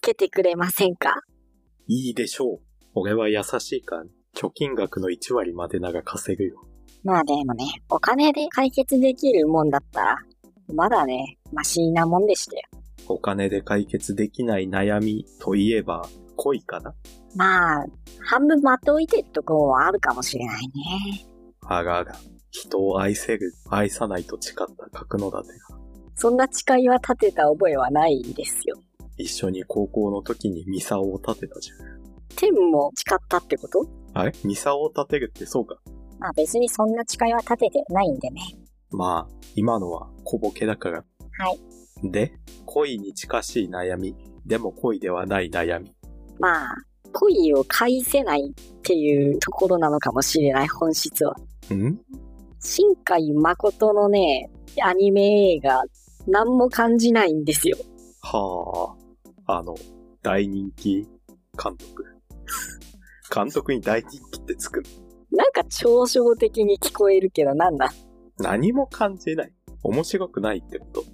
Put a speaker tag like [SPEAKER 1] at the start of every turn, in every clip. [SPEAKER 1] けてくれませんか
[SPEAKER 2] いいでしょう。俺は優しいから、貯金額の1割までなら稼ぐよ。
[SPEAKER 1] まあでもね、お金で解決できるもんだったら、まだね、マシなもんでしたよ。
[SPEAKER 2] お金で解決できない悩みといえば、恋かな
[SPEAKER 1] まあ、半分待っておいてってとこもあるかもしれないね。
[SPEAKER 2] あらあら。人を愛せる、愛さないと誓った格の立てが、
[SPEAKER 1] そんな誓いは立てた覚えはないですよ。
[SPEAKER 2] 一緒に高校の時にミサオを立てたじゃん。
[SPEAKER 1] 天も誓ったってこと
[SPEAKER 2] あれミサオを立てるってそうか。
[SPEAKER 1] まあ別にそんな誓いは立ててないんでね。
[SPEAKER 2] まあ、今のは小ボケだから。
[SPEAKER 1] はい。
[SPEAKER 2] で、恋に近しい悩み、でも恋ではない悩み。
[SPEAKER 1] まあ、恋を返せないっていうところなのかもしれない、本質は。
[SPEAKER 2] ん
[SPEAKER 1] 新海誠のね、アニメ映画、何も感じないんですよ。
[SPEAKER 2] はあ。あの、大人気監督。 監督に大人気ってつく。
[SPEAKER 1] なんか嘲笑的に聞こえるけど、なんだ
[SPEAKER 2] 何も感じない。面白くないってこと。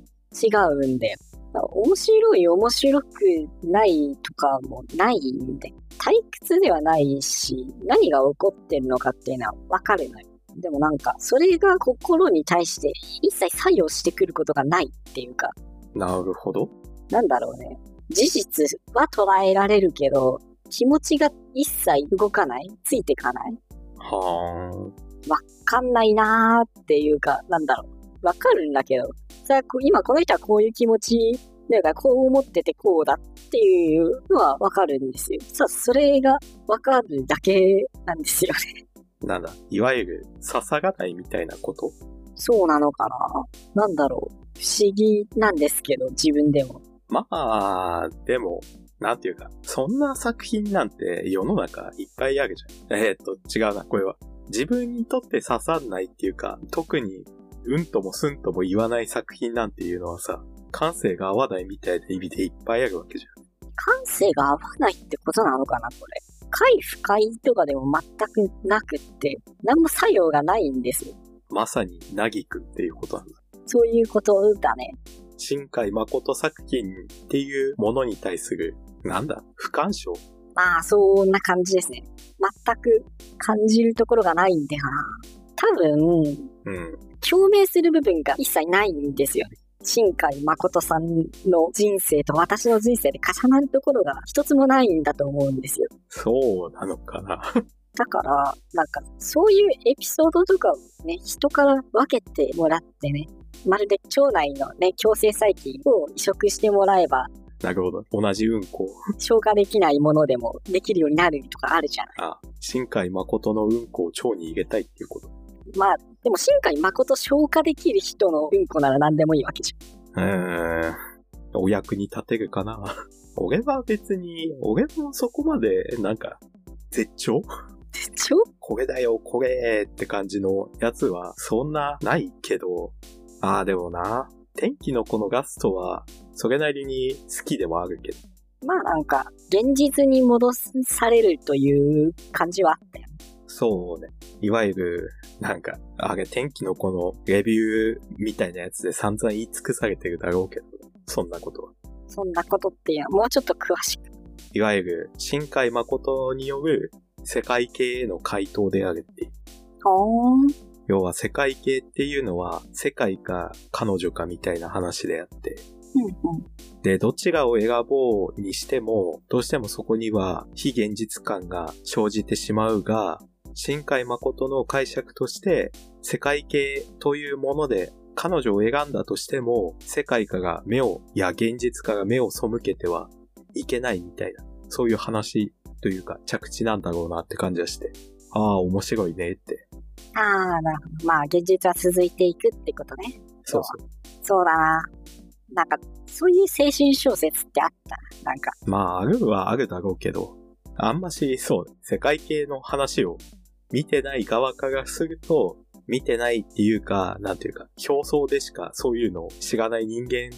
[SPEAKER 1] 違うんで。面白い、面白くないとかもないんで。退屈ではないし、何が起こってるのかっていうのはわかるのよ。でもなんか、それが心に対して一切作用してくることがないっていうか、
[SPEAKER 2] なるほど。
[SPEAKER 1] なんだろうね。事実は捉えられるけど、気持ちが一切動かないついてかない
[SPEAKER 2] はあ。
[SPEAKER 1] わかんないなーっていうか、なんだろう。わかるんだけど、さあ、こう今この人はこういう気持ち、なんかこう思っててこうだっていうのはわかるんですよ。さあ、それがわかるだけなんですよ ね。
[SPEAKER 2] なんだ、いわゆる刺さらないみたいなこと
[SPEAKER 1] そうなのかななんだろう。不思議なんですけど、自分でも。
[SPEAKER 2] まあ、でも、なんていうか、そんな作品なんて世の中いっぱいあるじゃん。えーっと、違うな、これは。自分にとって刺さんないっていうか、特に、うんともすんとも言わない作品なんていうのはさ、感性が合わないみたいな意味でいっぱいあるわけじゃん。
[SPEAKER 1] 感性が合わないってことなのかな、これ。快不快とかでも全くなくって、何も作用がないんですよ。
[SPEAKER 2] まさに、なぎくんっていうことなんだ。
[SPEAKER 1] そういうことだね。
[SPEAKER 2] 新海誠作品っていうものに対する、なんだ、不干渉
[SPEAKER 1] まあ、そんな感じですね。全く感じるところがないんでかな。多分、
[SPEAKER 2] うん。
[SPEAKER 1] 共鳴する部分が一切ないんですよね。新海誠さんの人生と私の人生で重なるところが一つもないんだと思うんですよ。
[SPEAKER 2] そうなのかな。
[SPEAKER 1] だから、なんか、そういうエピソードとかをね、人から分けてもらってね、まるで腸内のね、強制細菌を移植してもらえば、
[SPEAKER 2] なるほど。同じうんこを
[SPEAKER 1] 消化できないものでもできるようになるとかあるじゃない。
[SPEAKER 2] あ、新海誠のうんこを腸に入れたいっていうこと。
[SPEAKER 1] まあ、でも新海誠消化できる人のうんこなら何でもいいわけじゃん。
[SPEAKER 2] うーん。お役に立てるかな 俺は別に、俺もそこまで、なんか、絶頂
[SPEAKER 1] 超
[SPEAKER 2] これだよ、これって感じのやつは、そんなないけど、ああ、でもな、天気のこのガストは、それなりに好きではあるけど、
[SPEAKER 1] まあなんか、現実に戻されるという感じはあったよ。
[SPEAKER 2] そうね。いわゆる、なんか、あれ、天気のこのレビューみたいなやつで散々言い尽くされてるだろうけど、そんなことは。
[SPEAKER 1] そんなことっていうのはもうちょっと詳しく。
[SPEAKER 2] いわゆる、新海誠による世界系への回答であるっていう。
[SPEAKER 1] ほーん。
[SPEAKER 2] 要は世界系っていうのは、世界か彼女かみたいな話であって。
[SPEAKER 1] うんうん。
[SPEAKER 2] で、どちらを選ぼうにしても、どうしてもそこには非現実感が生じてしまうが、新海誠の解釈として、世界系というもので、彼女を選んだとしても、世界から目を、いや現実から目を背けてはいけないみたいな、そういう話というか着地なんだろうなって感じがして、ああ、面白いねって。
[SPEAKER 1] ああ、なるほど。まあ現実は続いていくってことね。
[SPEAKER 2] そうそう。
[SPEAKER 1] そうだな。なんか、そういう青春小説ってあったなんか、
[SPEAKER 2] まあ、あるはあるだろうけど、あんまし、そう、世界系の話を見てない側からすると、見てないっていうか、なんていうか、表層でしかそういうのを知らない人間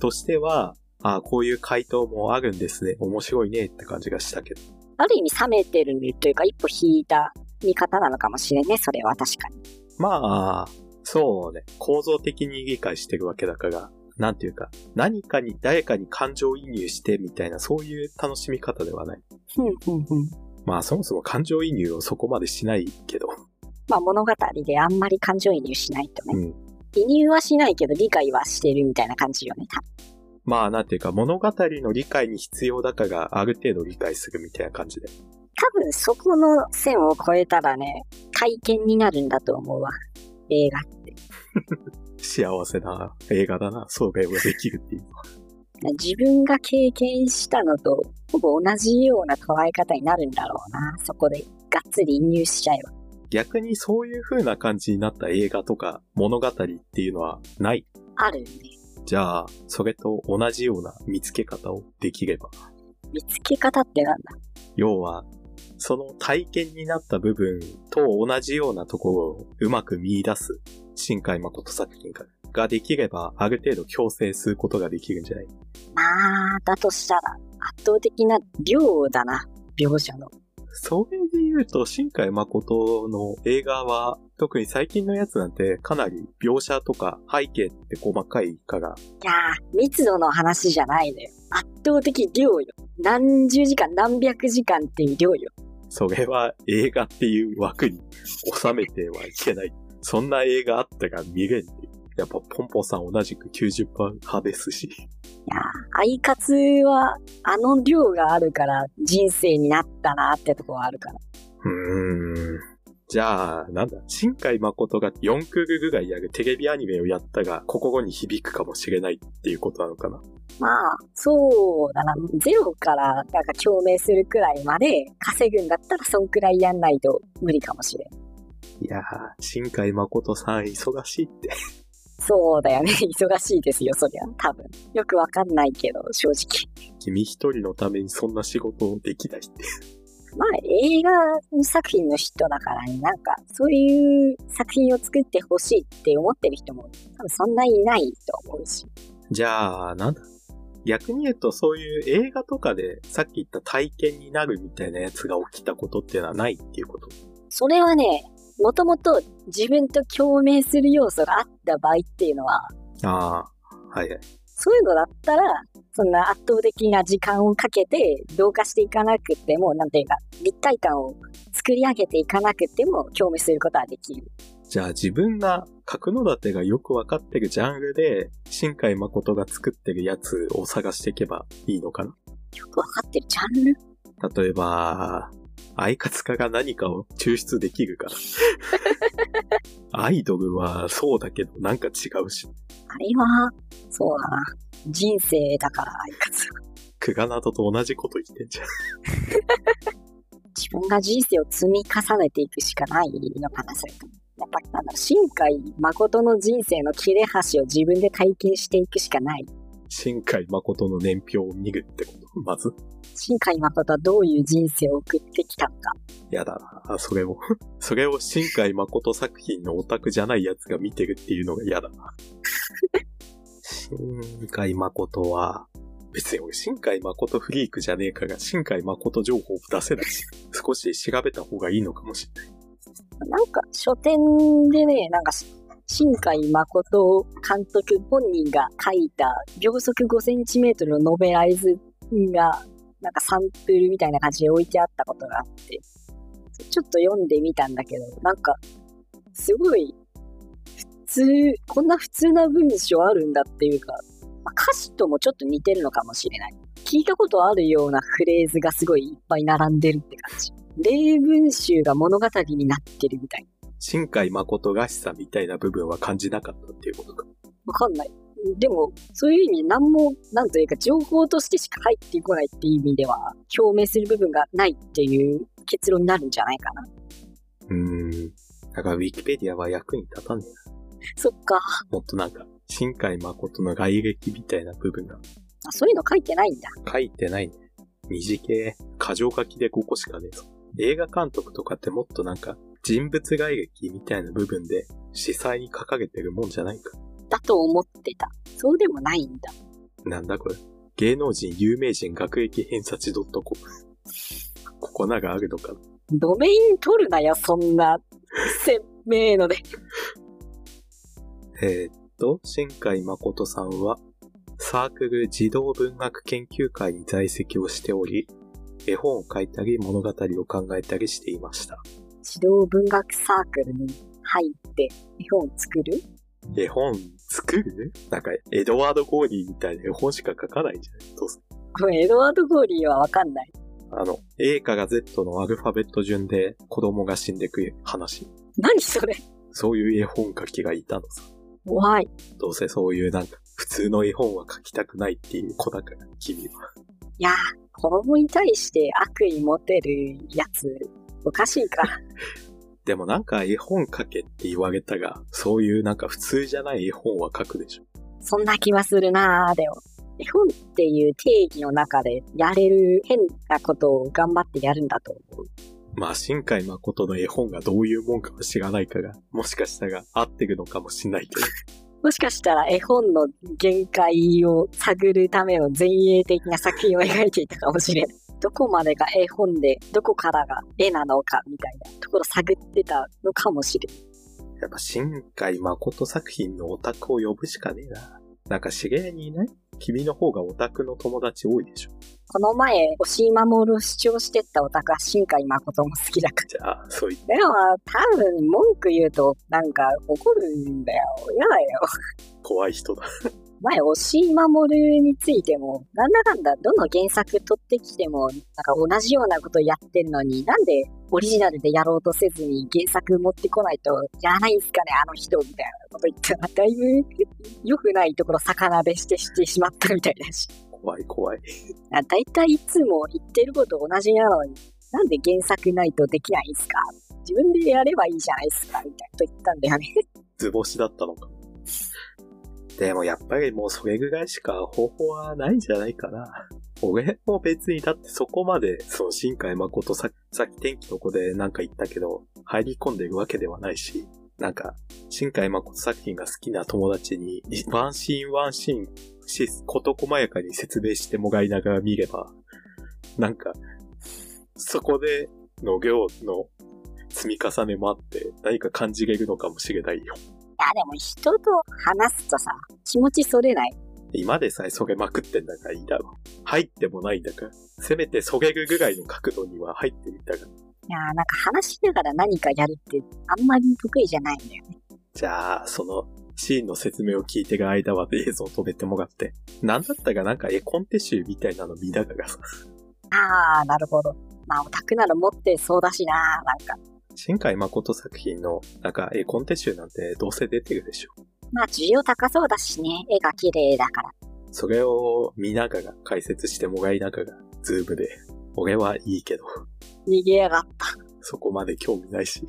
[SPEAKER 2] としては、ああ、こういう回答もあるんですね。面白いねって感じがしたけど。
[SPEAKER 1] ある意味冷めてるというか、一歩引いた見方なのかもしれんね。それは確かに。
[SPEAKER 2] まあ、そうね。構造的に理解してるわけだから、なんていうか、何かに、誰かに感情移入してみたいな、そういう楽しみ方ではない。
[SPEAKER 1] ふんふんふん。
[SPEAKER 2] まあそもそも感情移入をそこまでしないけど。
[SPEAKER 1] まあ物語であんまり感情移入しないと
[SPEAKER 2] う
[SPEAKER 1] ね。
[SPEAKER 2] ん。
[SPEAKER 1] 移入はしないけど理解はしてるみたいな感じよね、多分
[SPEAKER 2] まあなんていうか、物語の理解に必要だかがある程度理解するみたいな感じで。
[SPEAKER 1] 多分そこの線を越えたらね、体験になるんだと思うわ。映画。
[SPEAKER 2] 幸せな映画だな、そうができるっていうのは。
[SPEAKER 1] 自分が経験したのとほぼ同じような捉え方になるんだろうな。そこでがっつり移入しちゃえば。
[SPEAKER 2] 逆にそういう風な感じになった映画とか物語っていうのはない。
[SPEAKER 1] あるよね。
[SPEAKER 2] じゃあ、それと同じような見つけ方をできれば。
[SPEAKER 1] 見つけ方ってなんだ
[SPEAKER 2] 要は、その体験になった部分と同じようなところをうまく見出す新海誠作品がができれば、ある程度強制することができるんじゃない
[SPEAKER 1] まあ、だとしたら圧倒的な量だな。描写の。
[SPEAKER 2] それで言うと、新海誠の映画は、特に最近のやつなんてかなり描写とか背景って細かいから、
[SPEAKER 1] いやー、密度の話じゃないのよ。圧倒的量よ。何十時間、何百時間っていう量よ。
[SPEAKER 2] それは映画っていう枠に収めてはいけない。そんな映画あったら見れんねやっぱポンポンさん同じく90%派ですし。
[SPEAKER 1] いやー、アイカツはあの量があるから人生になったなってとこはあるから。
[SPEAKER 2] うーん。じゃあ、なんだ、新海誠が4クールぐらいやるテレビアニメをやったが、心に響くかもしれないっていうことなのかな。
[SPEAKER 1] まあ、そうだな。ゼロからなんか共鳴するくらいまで稼ぐんだったらそんくらいやんないと無理かもしれん。
[SPEAKER 2] いやー、新海誠さん忙しいって。
[SPEAKER 1] そうだよね。 忙しいですよ、そりゃ。多分。よくわかんないけど、正直。
[SPEAKER 2] 君一人のためにそんな仕事をできないって。
[SPEAKER 1] まあ、映画作品の人だからね、なんか、そういう作品を作ってほしいって思ってる人も、多分そんなにいないと思うし。
[SPEAKER 2] じゃあ、なんだ逆に言うと、そういう映画とかで、さっき言った体験になるみたいなやつが起きたことっていうのはないっていうこと。
[SPEAKER 1] それはね、もともと自分と共鳴する要素があった場合っていうのは、
[SPEAKER 2] ああ、はいはい。
[SPEAKER 1] そういうのだったら、そんな圧倒的な時間をかけて、同化していかなくても、なんていうか、立体感を作り上げていかなくても、共鳴することはできる。
[SPEAKER 2] じゃあ自分が角館がよくわかってるジャンルで、新海誠が作ってるやつを探していけばいいのかな
[SPEAKER 1] よくわかってるジャンル
[SPEAKER 2] 例えば、愛活家が何かを抽出できるから。アイドルはそうだけどなんか違うし、
[SPEAKER 1] あれは、そうだな。人生だから、あいかつ。
[SPEAKER 2] クガナドと同じこと言ってんじ ゃん。
[SPEAKER 1] 自分が人生を積み重ねていくしかないのかな、それとも。やっぱ、なんだろう、新海誠の人生の切れ端を自分で体験していくしかない。
[SPEAKER 2] 新海誠の年表を見るってこと。まず、
[SPEAKER 1] 新海誠はどういう人生を送ってきたのか。
[SPEAKER 2] やだな。それを、 それを新海誠作品のオタクじゃないやつが見てるっていうのが嫌だな。新海誠は、別に俺新海誠フリークじゃねえから新海誠情報を出せないし、少し調べた方がいいのかもしれない。
[SPEAKER 1] なんか書店でね、なんかし新海誠監督本人が書いた秒速5センチメートルのノベライズが、なんかサンプルみたいな感じで置いてあったことがあって、ちょっと読んでみたんだけど、なんか、すごい、普通、こんな普通な文章あるんだっていうか、まあ歌詞ともちょっと似てるのかもしれない。聞いたことあるようなフレーズがすごいいっぱい並んでるって感じ。例文集が物語になってるみたい。
[SPEAKER 2] 新海誠らしさみたいな部分は感じなかったっていうことか。
[SPEAKER 1] わかんない。でも、そういう意味、何も、なんというか、情報としてしか入ってこないっていう意味では、表明する部分がないっていう結論になるんじゃないかな。
[SPEAKER 2] うーん。だからウィキペディアは役に立たねえ
[SPEAKER 1] そっか。
[SPEAKER 2] な。もっとなんか、新海誠の外歴みたいな部分が
[SPEAKER 1] あそういうの書いてないんだ。
[SPEAKER 2] 書いてないね。二次系、過剰書きで5個しかねえぞ。映画監督とかってもっとなんか、人物外劇みたいな部分で、司祭に掲げてるもんじゃないか。
[SPEAKER 1] だと思ってた。そうでもないんだ。
[SPEAKER 2] なんだこれ。芸能人、有名人、学歴偏差値 .com。ここながあるのかな。
[SPEAKER 1] ドメイン取るなよ、そんな、鮮明ので。
[SPEAKER 2] えーっと、新海誠さんは、サークル児童文学研究会に在籍をしており、絵本を書いたり物語を考えたりしていました。
[SPEAKER 1] 児童文学サークルに入って絵本を作る
[SPEAKER 2] 絵本作るなんか、エドワード・ゴーリーみたいな絵本しか書かないんじゃないどうせ
[SPEAKER 1] これエドワード・ゴーリーはわかんない。
[SPEAKER 2] あの、A から Z のアルファベット順で子供が死んでく話。
[SPEAKER 1] 何それ
[SPEAKER 2] そういう絵本書きがいたのさ。
[SPEAKER 1] 怖い。
[SPEAKER 2] どうせそういうなんか、普通の絵本は書きたくないっていう子だから、君は。
[SPEAKER 1] いやー、子供に対して悪意持てるやつ、おかしいから。
[SPEAKER 2] でもなんか絵本書けって言われたが、そういうなんか普通じゃない絵本は書くでしょ。
[SPEAKER 1] そんな気はするなー、でも。絵本っていう定義の中でやれる変なことを頑張ってやるんだと思う。
[SPEAKER 2] まあ、新海誠の絵本がどういうもんかは知らないから、もしかしたら合ってるのかもしんないけど。
[SPEAKER 1] もしかしたら絵本の限界を探るための前衛的な作品を描いていたかもしれない。どこまでが絵本で、どこからが絵なのかみたいなところ探ってたのかもしれない。
[SPEAKER 2] やっぱ新海誠作品のオタクを呼ぶしかねえな。なんか知り合いにいない君の方がオタクの友達多いでしょ。
[SPEAKER 1] この前、押井守を主張してったオタクは新海誠も好きだか
[SPEAKER 2] じゃあ、そうい
[SPEAKER 1] ら。でも、多分文句言うとなんか怒るんだよ。やだよ。
[SPEAKER 2] 怖い人だ。
[SPEAKER 1] 前、押井守についても、なんだかんだ、どの原作取ってきても、なんか同じようなことやってるのに、なんでオリジナルでやろうとせずに原作持ってこないと、やらないんすかね、あの人、みたいなこと言ったら、だいぶ良くないところ逆なでしてしてしまったみたいだし。
[SPEAKER 2] 怖い怖い。
[SPEAKER 1] あだいたいいつも言ってること同じなのに、なんで原作ないとできないんすか自分でやればいいじゃないですか、みたいなこと言ったんだよね。
[SPEAKER 2] 図星だったのか。でもやっぱりもうそれぐらいしか方法はないんじゃないかな。俺も別にだってそこまで、その新海誠ささっき天気の子でなんか言ったけど、入り込んでるわけではないし、なんか、新海誠作品が好きな友達に、ワンシーンワンシーンし、こと細やかに説明してもらいながら見れば、なんか、そこでの行の積み重ねもあって、何か感じれるのかもしれないよ。
[SPEAKER 1] いや、でも人と話すとさ、気持ちそれない。
[SPEAKER 2] 今でさえそげまくってんだからいいだろ。入ってもないんだから。せめてそげるぐらいの角度には入ってみたが。
[SPEAKER 1] いやーなんか話しながら何かやるってあんまり得意じゃないんだよね。
[SPEAKER 2] じゃあ、その、シーンの説明を聞いてる間は映像を止めてもらって。なんだったかなんか絵コンテ集みたいなの見ながらさ。
[SPEAKER 1] あー、なるほど。まあオタクなら持ってそうだしななんか。
[SPEAKER 2] 新海誠作品の、なんか絵コンテ集なんてどうせ出てるでしょ。
[SPEAKER 1] まあ需要高そうだしね。絵が綺麗だから。
[SPEAKER 2] それを見ながら、解説してもらいながら、ズームで。俺はいいけど、
[SPEAKER 1] 逃げやがった。
[SPEAKER 2] そこまで興味ないし。
[SPEAKER 1] い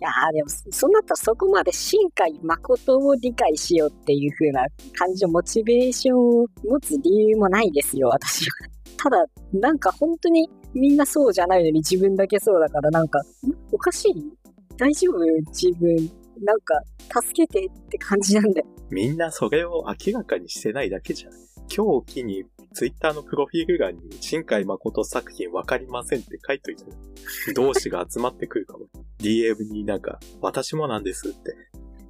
[SPEAKER 1] やーでもそ、そうなったらそこまで新海誠を理解しようっていう風な感じのモチベーションを持つ理由もないですよ、私は。ただ、なんか本当にみんなそうじゃないのに自分だけそうだから、なんか、んおかしい大丈夫自分。なんか、助けてって感じなんだよ。
[SPEAKER 2] みんなそれを明らかにしてないだけじゃん。今日機に、ツイッターのプロフィール欄に、新海誠作品わかりませんって書いといて、同志が集まってくるかも。DM になんか、私もなんですって。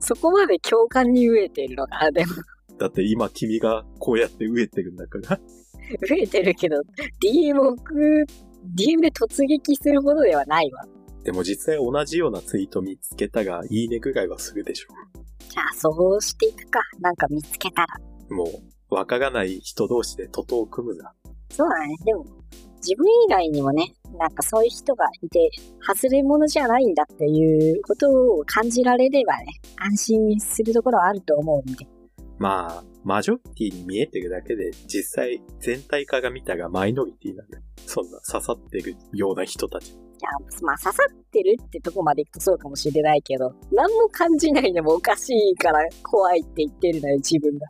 [SPEAKER 1] そこまで共感に飢えてるのかな。でも、
[SPEAKER 2] だって今君がこうやって飢えてるんだから。
[SPEAKER 1] 飢えてるけど、DM を送る DM で突撃するほどではないわ。
[SPEAKER 2] でも実際同じようなツイート見つけたが、いいねぐらいはするでしょ。
[SPEAKER 1] じゃあ、そうしていくか。なんか見つけたら。
[SPEAKER 2] もう、わからない人同士で徒党を組むな。
[SPEAKER 1] そうだね。でも、自分以外にもね、なんかそういう人がいて、外れ者じゃないんだっていうことを感じられればね、安心するところはあると思うんで。
[SPEAKER 2] まあ、マジョリティに見えてるだけで、実際全体化が見たがマイノリティなんだよ。そんな刺さってるような人たち。
[SPEAKER 1] いや、まあ刺さってるってとこまでいくとそうかもしれないけど、何も感じないのもおかしいから怖いって言ってるのよ、自分が。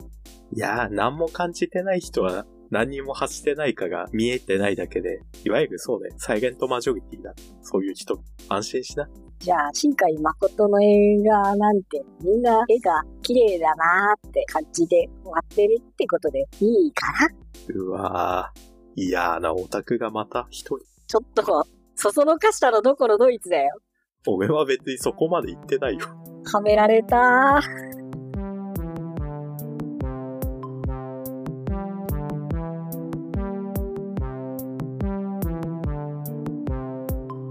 [SPEAKER 2] いやー、何も感じてない人は何にも発してないかが見えてないだけで、いわゆるそうね、サイレントマジョリティだ。そういう人、安心しな。
[SPEAKER 1] じゃあ、新海誠の映画なんて、みんな絵が綺麗だなーって感じで終わってるってことでいいかな
[SPEAKER 2] うわー、嫌なオタクがまた一人。
[SPEAKER 1] ちょっと、そそのかしたのどこのドイツだよ。
[SPEAKER 2] 俺は別にそこまで言ってないよ。
[SPEAKER 1] はめられたー。